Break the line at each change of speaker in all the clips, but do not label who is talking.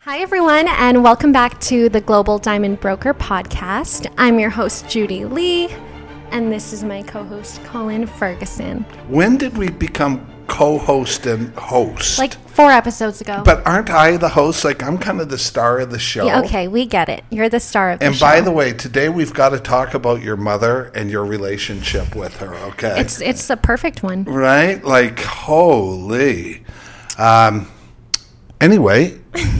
Hi, everyone, and welcome back to the Global Diamond Broker podcast. I'm your host, Judy Lee, and this is my co host, Colin Ferguson.
When did we become co-host and host?
Like four episodes ago.
but aren't I the host? Like I'm kind of the star of the show.
Yeah, okay, we get it. You're the star of the
And
show.
by the way, today we've got to talk about your mother and your relationship with her. Okay,
it's, it's the perfect one.
right? Like holy. Um, anyway,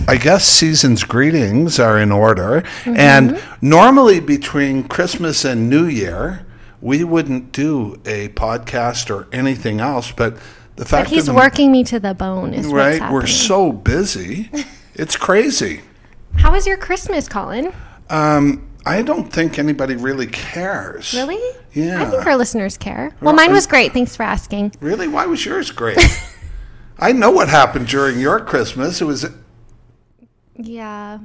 I guess season's greetings are in order,
Mm-hmm.
and normally between Christmas and New Year, we wouldn't do a podcast or anything else, but. The fact
But he's
of the
working me to the bone, is what's
right? We're
happening.
so busy. It's crazy.
How was your Christmas, Colin?
Um, I don't think anybody really cares.
Really?
Yeah.
I think our listeners care. Well, mine was great. Thanks for asking.
Really? Why was yours great? I know what happened during your Christmas. It was
Yeah.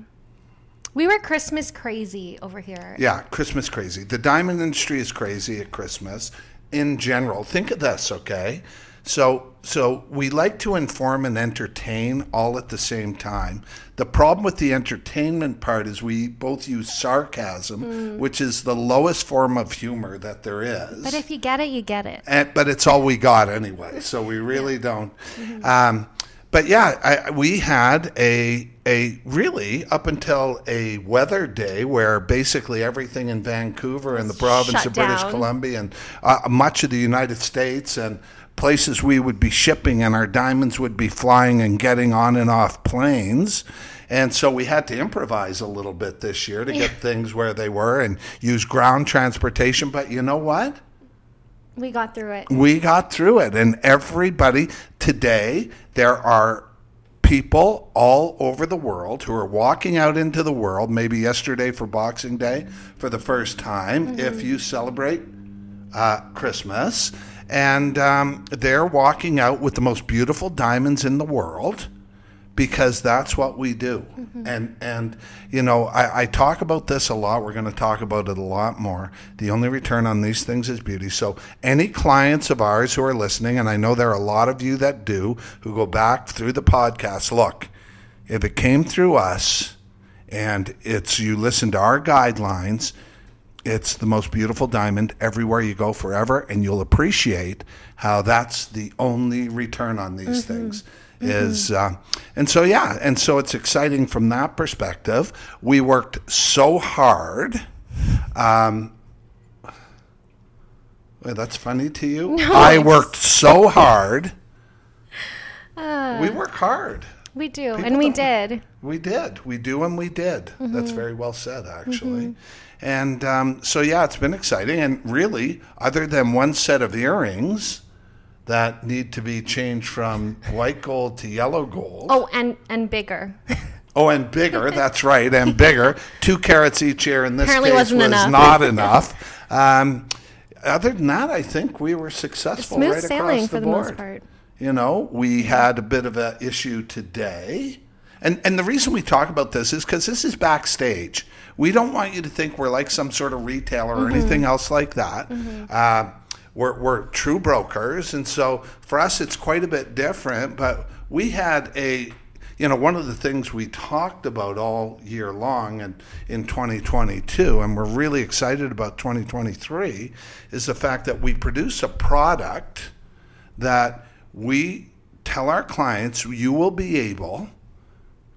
We were Christmas crazy over here.
yeah, Christmas crazy. The diamond industry is crazy at Christmas in general. Think of this, okay? So so we like to inform and entertain all at the same time. The problem with the entertainment part is we both use sarcasm, which is the lowest form of humor that there is.
Mm. But if you get it, you get it.
and, Eh, but it's all we got anyway. So we really don't.
Mm-hmm.
Um, but yeah, I, we had a a really up until a weather day where basically everything in Vancouver and the province
Shut
of British
down.
Columbia and uh, much of the United States and places we would be shipping and our diamonds would be flying and getting on and off planes. And so we had to improvise a little bit this year to get things where they were and use ground transportation. But you know what?
We got through it.
we got through it and everybody today there are people all over the world who are walking out into the world maybe yesterday for boxing day for the first time if you celebrate uh, christmas and um, they're walking out with the most beautiful diamonds in the world because that's what we do. And and you know, I, I talk about this a lot. We're going to talk about it a lot more. The only return on these things is beauty. So any clients of ours who are listening, and I know there are a lot of you that do, who go back through the podcast. Look, if it came through us, and it's you listen to our guidelines. It's the most beautiful diamond everywhere you go forever, and you'll appreciate how that's the only return on these things. Is uh, and so yeah, and so it's exciting from that perspective. We worked so hard. Um, well, that's funny to you. I worked so hard. we work hard.
We do,
People
and we
don't-
did.
We did. We do and we did.
Mm-hmm.
That's very well said, actually. And um, so, yeah, it's been exciting. And really, other than one set of earrings that need to be changed from white gold to yellow gold.
Oh, and and bigger.
Oh, and bigger. That's right, and bigger. Two carats each ear in this
Apparently
case
wasn't
was
enough.
not enough. Um, other than that, I think we were successful
Smooth
right
sailing
across
for
the
the
board.
most part.
You know, we had a bit of an issue today. And, and the reason we talk about this is because this is backstage. We don't want you to think we're like some sort of retailer or anything else like that. Uh, we're, we're true brokers. And so for us, it's quite a bit different. But we had a, you know, one of the things we talked about all year long and in 2022, and we're really excited about 2023, is the fact that we produce a product that we tell our clients you will be able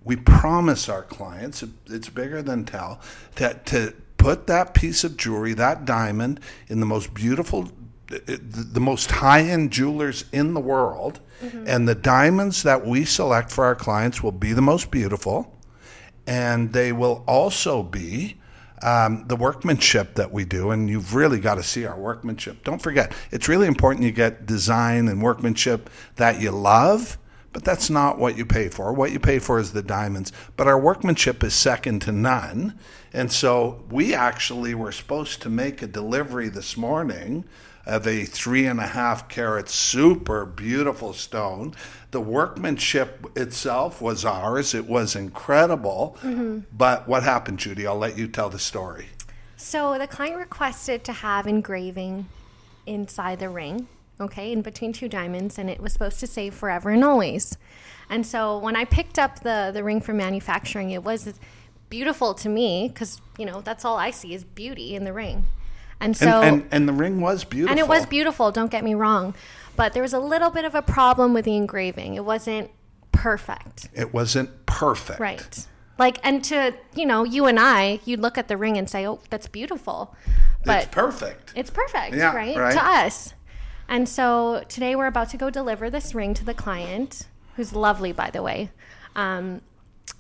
we promise our clients it's bigger than tell that to put that piece of jewelry that diamond in the most beautiful the the most high-end jewelers in the world and the diamonds that we select for our clients will be the most beautiful and they will also be um, the workmanship that we do. And you've really got to see our workmanship. Don't forget, it's really important you get design and workmanship that you love, but that's not what you pay for. What you pay for is the diamonds. But our workmanship is second to none. And so we actually were supposed to make a delivery this morning of a three and a half carat super beautiful stone. The workmanship itself was ours. It was incredible.
Mm-hmm.
But what happened, Judy? I'll let you tell the story.
So the client requested to have engraving inside the ring, okay, in between two diamonds, and it was supposed to say forever and always. And so when I picked up the the ring from manufacturing, it was beautiful to me because you know that's all I see is beauty in the ring. And so
and, and, and the ring was beautiful.
and it was beautiful, don't get me wrong. But there was a little bit of a problem with the engraving. It wasn't perfect.
It wasn't perfect.
Right. Like, and to, you know, you and I, you'd look at the ring and say, oh, that's beautiful. But
it's perfect.
it's perfect,
Yeah,
right?
right.
To us. And so today we're about to go deliver this ring to the client, who's lovely, by the way. Um,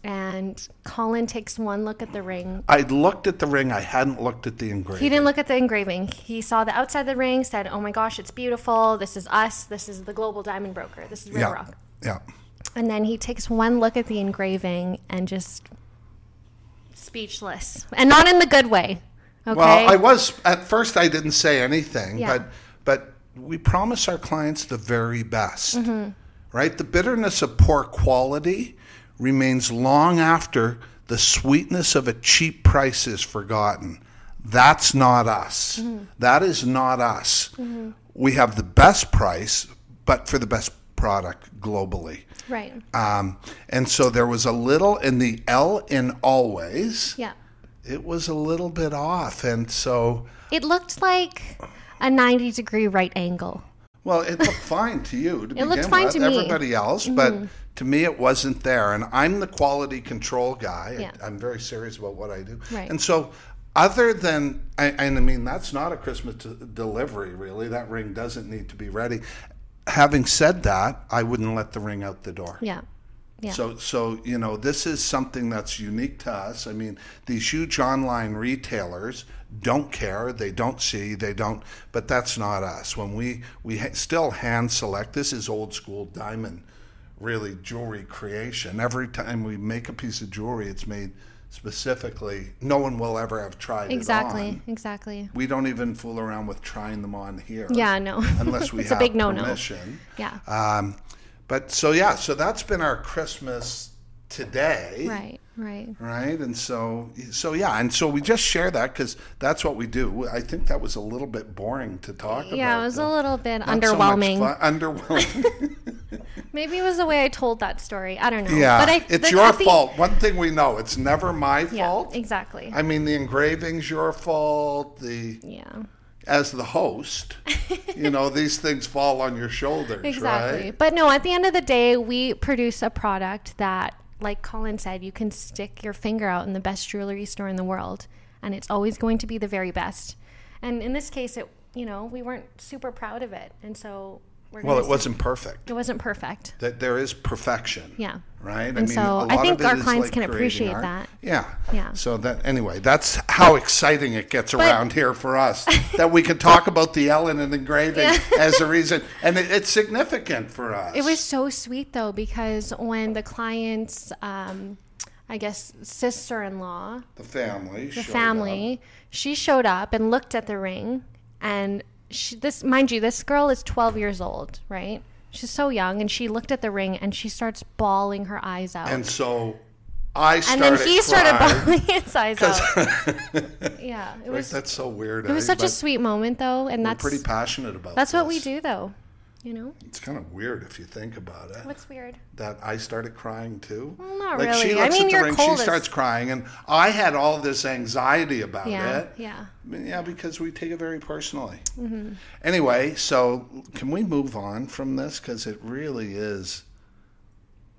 and Colin takes one look at the ring
I looked at the ring. I hadn't looked at the engraving.
he didn't look at the engraving. He saw the outside of the ring, said, "Oh my gosh, it's beautiful. This is us. This is the global diamond broker. This is Red
yeah.
Rock."
Yeah.
And then he takes one look at the engraving and just speechless, and not in the good way. Okay.
Well, I was at first. I didn't say anything,
Yeah.
but but we promise our clients the very best,
Mm-hmm.
right? The bitterness of poor quality remains long after the sweetness of a cheap price is forgotten. That's not us.
Mm-hmm.
That is not us. We have the best price, but for the best product globally.
right.
Um, and so there was a little in the L in always.
Yeah.
It was a little bit off, and so
It looked like a ninety degree right angle.
well, it looked fine to you. To
It looked
begin
fine
with,
to me. Mm-hmm.
Everybody else, but to me, it wasn't there. And I'm the quality control guy.
Yeah.
I'm very serious about what I do.
Right.
And so, other than, I- and I mean, that's not a Christmas d- delivery, really. That ring doesn't need to be ready. Having said that, I wouldn't let the ring out the door.
Yeah. Yeah.
So, so you know, this is something that's unique to us. I mean, these huge online retailers don't care. They don't see. They don't. But that's not us. When we we ha- still hand select. This is old school diamond, really jewelry creation. Every time we make a piece of jewelry, it's made specifically. No one will ever have tried it
Exactly.
on.
Exactly.
We don't even fool around with trying them on here.
Yeah. No.
Unless we
it's
have
a big no-no.
permission.
Yeah.
Um, but so yeah, so that's been our Christmas today,
right. Right.
right? And so so yeah, and so we just share that because that's what we do. I think that was a little bit boring to talk about.
Yeah. It was a
though.
little bit
Not so much
underwhelming.
fun- underwhelming.
Maybe it was the way I told that story. I don't know.
yeah,
But I,
it's
but
your
I think-
fault. One thing we know, it's never my
Yeah.
fault.
Exactly.
I mean, the engraving's your fault. The
yeah.
as the host, you know, these things fall on your shoulders,
Exactly.
right?
But no, at the end of the day, we produce a product that, like Colin said, you can stick your finger out in the best jewelry store in the world, and it's always going to be the very best. And in this case, it you know we weren't super proud of it, and so we're
Well,
gonna
it
s-
wasn't perfect.
it wasn't perfect.
That there is perfection.
Yeah.
right?
And so I think
it
our
is
clients can
creating
appreciate
art.
that.
Yeah.
Yeah.
So that anyway, that's how exciting it gets around here for us that we can talk about the Ellen and engraving as a reason, and it, it's significant for us.
It was so sweet though because when the client's, um, I guess, sister-in-law
the family. The
family. She showed up and looked at the ring, and she, this, mind you, this girl is 12 years old, right? She's so young, and she looked at the ring and she starts bawling her eyes out,
and so I
And
started.
then he started
crying.
bawling his eyes out. yeah, it was
That's so weird.
it was such a sweet moment though, and that's
pretty passionate about.
that's what we
this.
do though, you know.
It's kind of weird if you think about it.
What's weird?
that I started crying too.
not
like She
really. I
looks
mean,
at the
you're
ring,
cold
she
as-
starts crying, and I had all this anxiety about
Yeah,
it.
yeah.
I mean, yeah, because we take it very personally. Anyway, so can we move on from this because it really is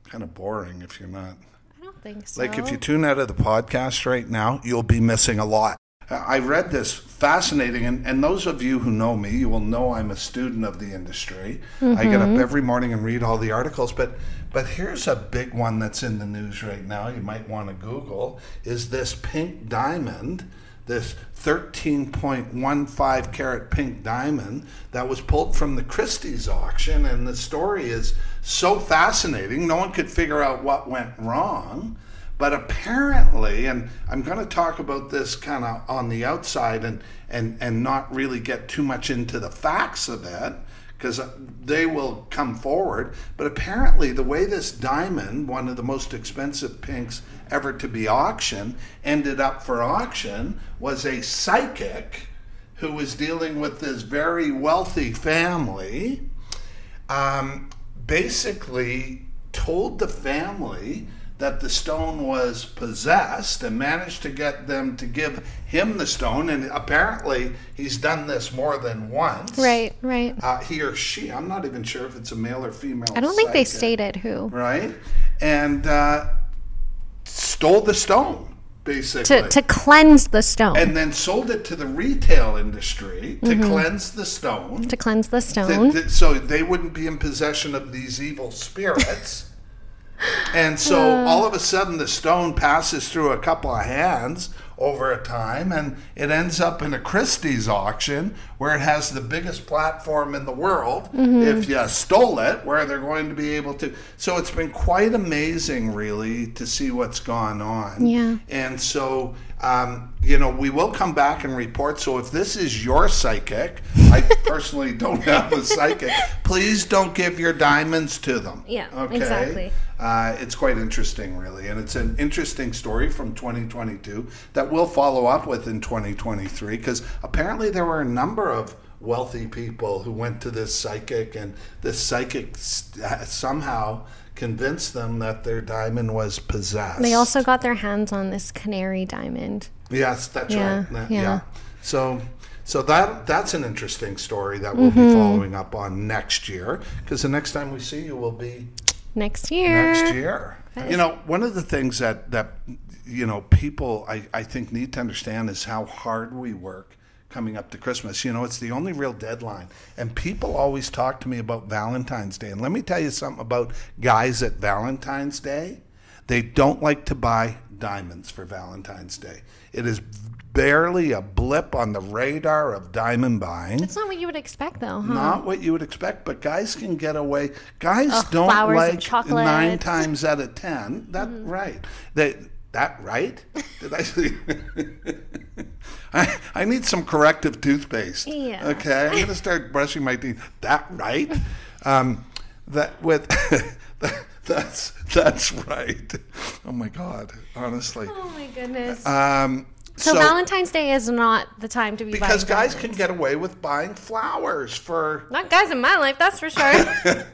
kind of boring if you're not.
I don't think so.
Like if you tune out of the podcast right now, you'll be missing a lot. I I read this fascinating, and, and those of you who know me, you will know I'm a student of the industry. I get up every morning and read all the articles, but but here's a big one that's in the news right now. You might want to Google is this pink diamond, this 13.15 carat pink diamond that was pulled from the Christie's auction, and the story is so fascinating. No one could figure out what went wrong. But apparently, and I'm going to talk about this kind of on the outside and, and, and not really get too much into the facts of it because they will come forward. But apparently, the way this diamond, one of the most expensive pinks ever to be auctioned, ended up for auction was a psychic who was dealing with this very wealthy family um, basically told the family that the stone was possessed and managed to get them to give him the stone. And apparently, he's done this more than once.
Right, right.
Uh, he or she, I'm not even sure if it's a male or female.
I don't think they
psychic
stated who.
right? And uh, stole the stone, basically.
To, to cleanse the stone.
and then sold it to the retail industry to cleanse the stone.
to cleanse the
Th-
Mm-hmm. stone.
th- so they wouldn't be in possession of these evil spirits. and so all of a sudden, the stone passes through a couple of hands over a time and it ends up in a Christie's auction where it has the biggest platform in the world
Mm-hmm.
if you stole it where they're going to be able to so it's been quite amazing really to see what's gone on
Yeah.
and so, um, you know, we will come back and report. So if this is your psychic, I personally don't have a psychic, please don't give your diamonds to them.
Yeah, exactly.
Uh, it's quite interesting, really. And it's an interesting story from 2022 that we'll follow up with in 2023 because apparently there were a number of wealthy people who went to this psychic, and this psychic s- uh, somehow convinced them that their diamond was possessed.
They also got their hands on this canary diamond.
Yes, that's
Yeah,
right. That-
yeah.
yeah. So so that that's an interesting story that we'll
Mm-hmm.
be following up on next year because the next time we see you will be
Next year.
next year. You know, one of the things that that you know people I, I think need to understand is how hard we work coming up to Christmas. You know, it's the only real deadline. And people always talk to me about Valentine's Day. And let me tell you something about guys at Valentine's Day. They don't like to buy diamonds for Valentine's Day. It is barely a blip on the radar of diamond buying
That's not what you would expect, though, huh?
not what you would expect, but guys can get away. Guys don't
flowers and
like
chocolates. Mm-hmm.
nine times out of ten. That right? That that right? Did I say? I, I need some corrective toothpaste.
Yeah.
Okay, I'm gonna start brushing my teeth. That right? Um, that with that's that's right. Oh my god! Honestly.
Oh my goodness.
Um,
so, Valentine's Day is not the time to be
because
buying
guys
diamonds.
can get away with buying flowers for
Not guys in my life, that's for sure.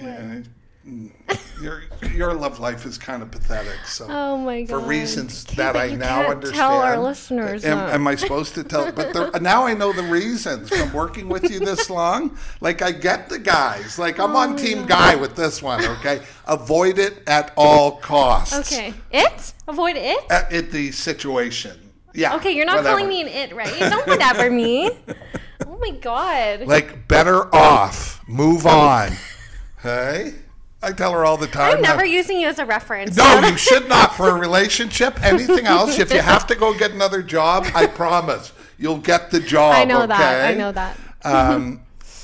Yeah, your your love life is kind of pathetic. So
Oh my
for
God.
reasons
Okay,
that
but
I
you
now
can't
understand.
tell our listeners
Am,
that.
am I supposed to tell? But the, now I know the reasons from working with you this long. Like I get the guys. Like
Oh
I'm on team guy with this one. Okay, avoid it at all costs.
okay. It? Avoid it?
At, at the situation. Yeah.
Okay, you're not
Uh, whatever.
calling me an it, right? Don't whatever me. Oh my god.
Like better off. Move on. hey, I tell her all the time.
I'm
that-
never using you as a reference.
No, you should not for a relationship. Anything else, if you have to go get another job, I promise you'll get the job.
I know
okay?
that. I know that.
Um,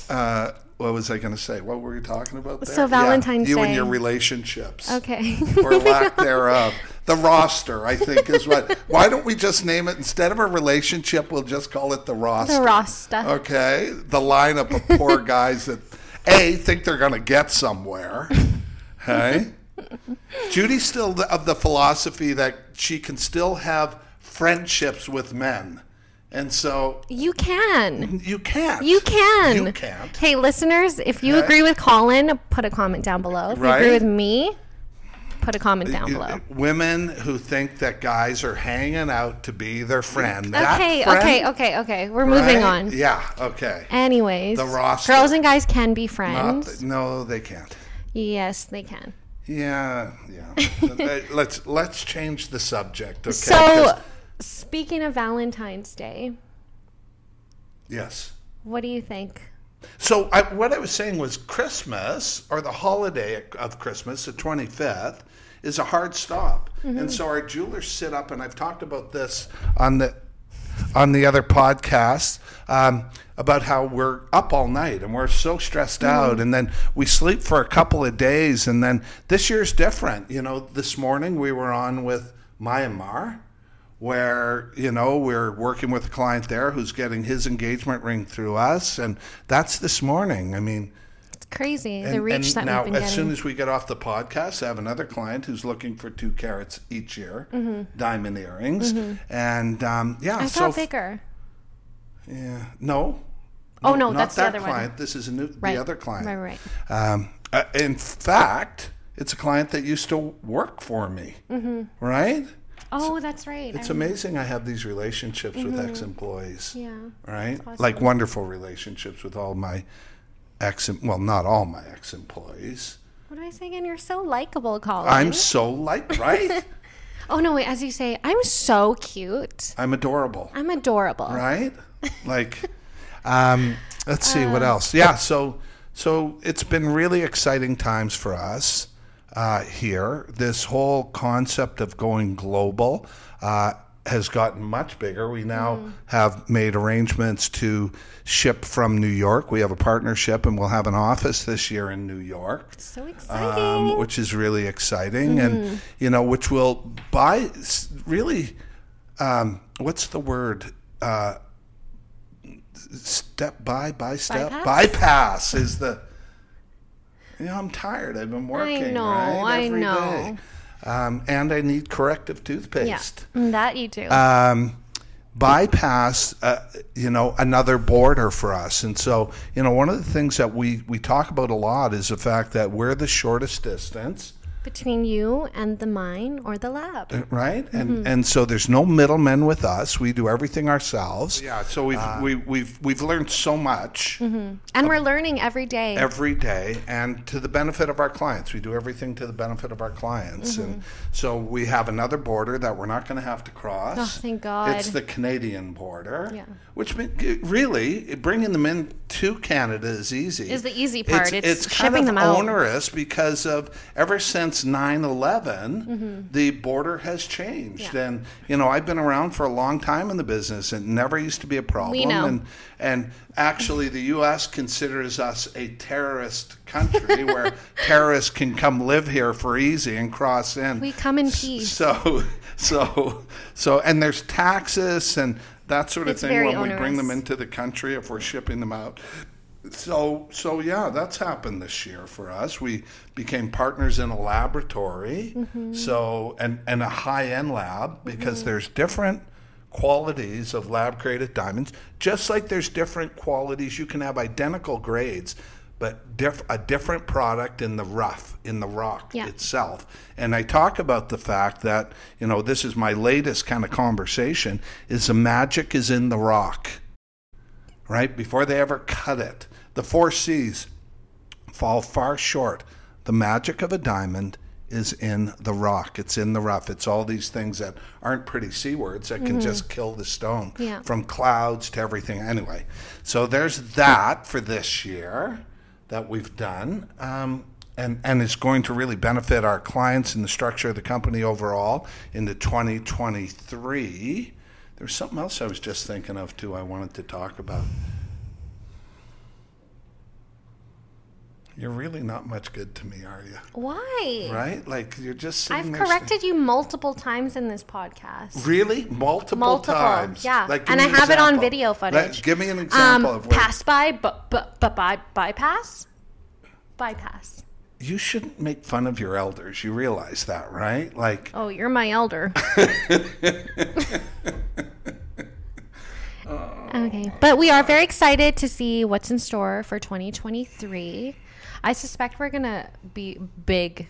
uh, what was I going to say? What were you talking about there?
So Valentine's
yeah, you
Day.
and your relationships.
Okay.
Or lack thereof. The roster, I think, is what. Why don't we just name it instead of a relationship? We'll just call it the roster.
The roster.
Okay, the lineup of poor guys that a think they're going to get somewhere. Hey, Judy's still th- of the philosophy that she can still have friendships with men, and so
You can.
you can't.
You can.
You can't.
Hey, listeners, if you
Okay.
agree with Colin, put a comment down below. If you
Right.
agree with me, put a comment down below.
Women who think that guys are hanging out to be their friend.
Okay, okay, okay, okay. We're moving on.
Yeah. Okay.
Anyways,
The roster.
girls and guys can be
Not
friends.
th- no, they can't.
yes, they can.
Yeah, yeah. Uh, let's let's change the subject. Okay.
So,
'Cause-
speaking of Valentine's Day,
yes.
what do you think?
So I, what I was saying was Christmas or the holiday of Christmas, the 25th, is a hard stop, and so our jewelers sit up, and I've talked about this on the on the other podcast um, about how we're up all night and we're so stressed
Mm-hmm.
out, and then we sleep for a couple of days, and then this year's different. You know, this morning we were on with Myanmar where you know we're working with a client there who's getting his engagement ring through us and that's this morning i mean
It's crazy
and,
the reach
and
that
now
we've been
as
getting.
soon as we get off the podcast i have another client who's looking for two carats each year diamond earrings and um, yeah
Mm-hmm. I
so
thought bigger.
yeah no
Oh, no,
not
that's the
that
Oh, other one.
client this is a new
Right.
the other client
Right, right.
um, Uh, in fact, it's a client that used to work for me,
Mm-hmm.
right?
Oh, that's right.
It's
I-
amazing I have these relationships with ex employees,
Mm-hmm. yeah.
right? Like wonderful relationships with all my ex, well, not all my ex employees.
What do I say again? You're so likable, Colin.
I'm so like, right?
oh no, wait. As you say, I'm so cute.
I'm adorable,
I'm adorable.
right? Like, um, let's see what else. Yeah, so so it's been really exciting times for us uh, here. This whole concept of going global uh, has gotten much bigger. We now have made arrangements to ship from New York. We have a partnership, and we'll have an office this year in New York
So exciting.
um, which is really exciting,
Mm-hmm.
and you know, which will buy s- really, um, what's the word? Uh, step by by step bypass,
Bypass?
is the. You know, I'm tired. I've been working.
know,
right,
I
every
know.
day. Um, and I need corrective toothpaste
yeah, that you do.
um, bypass, uh, you know, another border for us. And so, you know, one of the things that we we talk about a lot is the fact that we're the shortest distance,
Between you and the mine or the lab.
right? And and so there's no middlemen with us. We do everything ourselves. Uh, Yeah. So we've we, we've we've learned so much
And we're learning every day.
every day, and to the benefit of our clients. We do everything to the benefit of our clients. And so we have another border that we're not going to have to cross.
Mm-hmm. Oh, thank God.
It's the Canadian border,
Yeah.
which mean- it- really bringing them in to Canada is easy.
Is the easy part. It's
kind
shipping
of
them out.
onerous because of ever since 9/11, the border has changed,
Mm-hmm. Yeah.
and you know I've been around for a long time in the business, and it never used to be a problem.
know.
And and actually, the U.S. considers us a terrorist country where terrorists can come live here for easy and cross in.
we come in peace.
So, so, so, and there's taxes and that sort of
It's
thing
very
when we bring
onerous.
them into the country if we're shipping them out. So, so yeah, that's happened this year for us. We became partners in a laboratory, so and and a high end lab because there's different qualities of lab created diamonds. Just like there's different qualities, you can have identical grades, but diff- a different product in the rough in the rock
Yeah.
itself. And I talk about the fact that, you know, this is my latest kind of conversation is the magic is in the rock. Right? Before they ever cut it. The four C's fall far short. The magic of a diamond is in the rock. It's in the rough. It's all these things that aren't pretty C words that can just kill the stone
Yeah.
from clouds to everything. Anyway, so there's that for this year that we've done. Um, and, and it's going to really benefit our clients and the structure of the company overall into 2023. There's something else I was just thinking of too, I wanted to talk about. You're really not much good to me, are you?
Why?
Right? Like you're just sitting
I've
there saying-
corrected you multiple times in this podcast.
Really? Multiple,
Multiple,
times.
yeah.
give
And
me
I
an
have it on
example.
video footage. Um,
Let- give me an example of what
pass by, but but but by bypass, bypass.
you shouldn't make fun of your elders. You realize that, right? Like
Oh, you're my elder. okay, but we are very excited to see what's in store for 2023. I suspect we're gonna be big,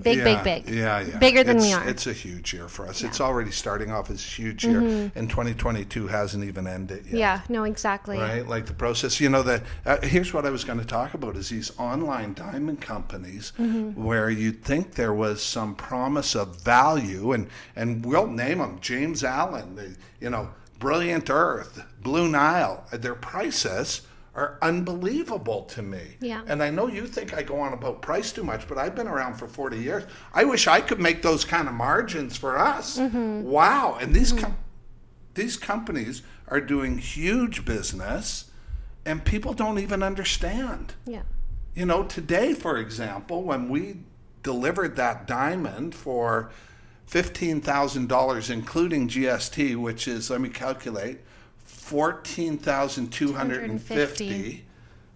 big,
yeah,
big, big.
Yeah, yeah.
Bigger than
it's,
we are.
It's a huge year for us. It's already starting off as a huge year
Mm-hmm.
and 2022 hasn't even ended yet.
yeah, no, exactly.
right? Like the process, you know. The uh, here's what I was going to talk about is these online diamond companies where you'd think there was some promise of value, and and we'll name them James Allen, the, you know, Brilliant Earth, Blue Nile. Their prices are unbelievable to me.
Yeah.
And I know you think I go on about price too much, but I've been around for 40 years. I wish I could make those kind of margins for us. Wow. And these com- these companies are doing huge business and people don't even understand.
Yeah.
You know, today, for example, when we delivered that diamond for $15,000, including GST, which is, let me calculate, 14,250.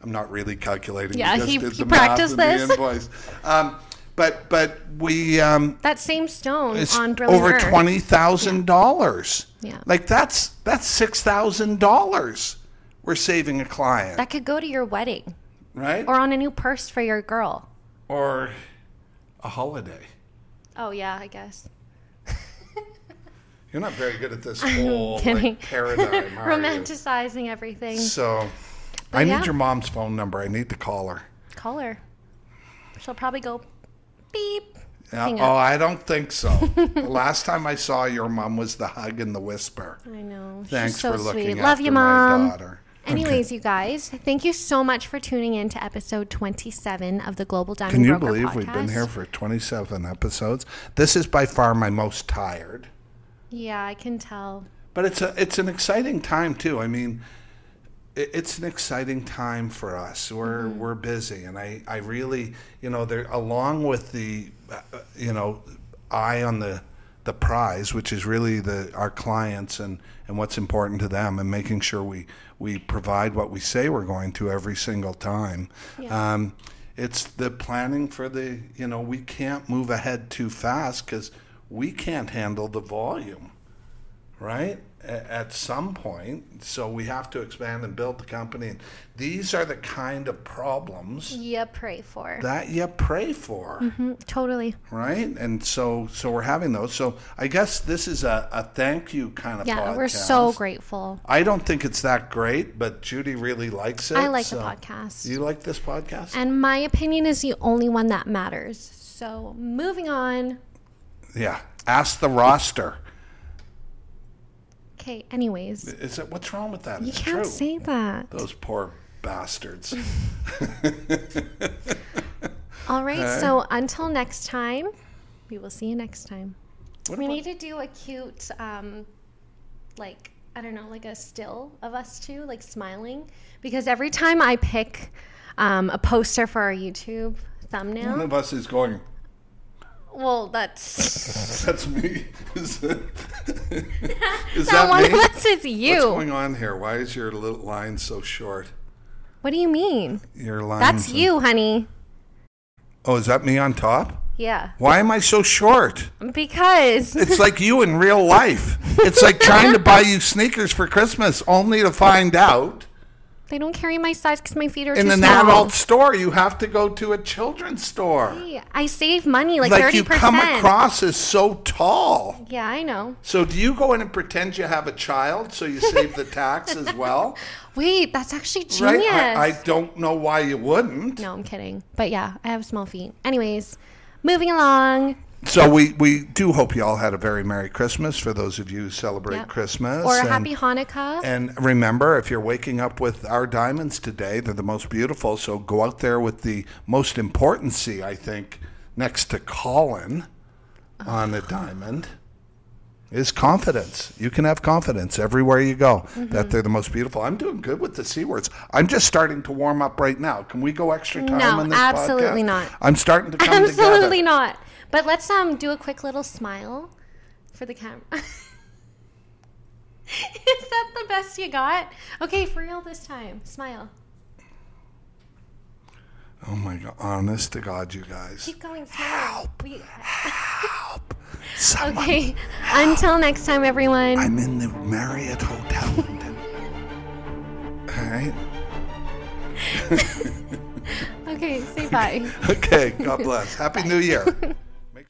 I'm not really calculating.
Yeah,
we just
he-
did
he
the math
practiced
and the
this.
invoice. Um, but, but we, um,
That same stone
it's
on Brilliant
over
Earth.
twenty thousand dollars.
Yeah.
like that's that's six thousand dollars we're saving a client.
That could go to your wedding.
right?
or on a new purse for your girl.
or a holiday.
Oh yeah, I guess.
You're not very good at this whole
kidding.
like, paradigm. are you?
Romanticizing everything.
So, I need
yeah.
your mom's phone number. I need to call her.
Call her. She'll probably go beep.
Yeah,
Hang
oh,
up.
I don't think so. Last time I saw your mom was the hug and the whisper.
I know.
Thanks
She's so
for looking
sweet.
after
Love you,
my
mom.
daughter.
Anyways, you guys, thank you so much for tuning in to episode 27 of the Global Diamond
Can you
Broker
believe
podcast.
we've been here for 27 episodes? This is by far my most tired.
Yeah, I can tell.
But it's a it's an exciting time too. I mean, i- it's an exciting time for us. We're we're busy, and I I really you know there along with the uh, uh, you know eye on the the prize, which is really the our clients and and what's important to them, and making sure we we provide what we say we're going to every single time.
Yeah.
Um, it's the planning for the you know we can't move ahead too fast because we can't handle the volume right? A- At some point, so we have to expand and build the company. And these are the kind of problems
Yeah, pray for.
that you pray for,
Mm, totally.
right? And so, so we're having those. So I guess this is a, a thank you kind of.
Yeah,
podcast.
we're so grateful.
I don't think it's that great, but Judy really likes it.
I like
so-
the podcast.
You like this podcast?
And my opinion is the only one that matters. So moving on.
yeah. Ask the roster.
Okay, anyways.
Is it what's wrong with that?
You
It's
can't
true.
say that.
Those poor bastards.
All right, so until next time, we will see you next time.
What
We
about-
need to do a cute, um, like, I don't know, like a still of us two, like smiling. Because every time I pick um, a poster for our YouTube
one
thumbnail,
of us is going.
well, that's.
That's me. Is that, is
Not
that
one
me?
of us is
What's
you.
going on here? Why is your little line so short?
What do you mean?
Your line.
That's you, honey.
Oh, is that me on top?
Yeah.
Why am I so short?
Because.
It's like you in real life. It's like trying to buy you sneakers for Christmas, only to find out
They don't carry my size because my feet are
in
too
an
small.
adult store you have to go to a children's store.
Hey, I save money like
Like
thirty
you
percent.
come across as so tall.
Yeah, I know.
So do you go in and pretend you have a child so you save the tax as well?
Wait, that's actually genius.
Right? I, I don't know why you wouldn't.
no, I'm kidding. But yeah, I have small feet. Anyways, moving along.
So we, we do hope you all had a very Merry Christmas for those of you who celebrate
Yep.
Christmas.
Or a
and,
happy Hanukkah.
And remember, if you're waking up with our diamonds today, they're the most beautiful. So go out there with the most important C, I think, next to Colin on a diamond. Is confidence. You can have confidence everywhere you go that they're the most beautiful. I'm doing good with the C words. I'm just starting to warm up right now. Can we go extra time
No,
on this
absolutely
podcast?
not.
I'm starting to come together.
Absolutely not. But let's um do a quick little smile for the camera. Is that the best you got? Okay, for real this time. Smile.
Oh my god! Honest to God, you guys.
Keep going. Smile. We-
Help! Someone.
okay. Until next time, everyone.
I'm in the Marriott Hotel. London. All right.
okay. Say bye.
Okay. God bless. Happy New Year.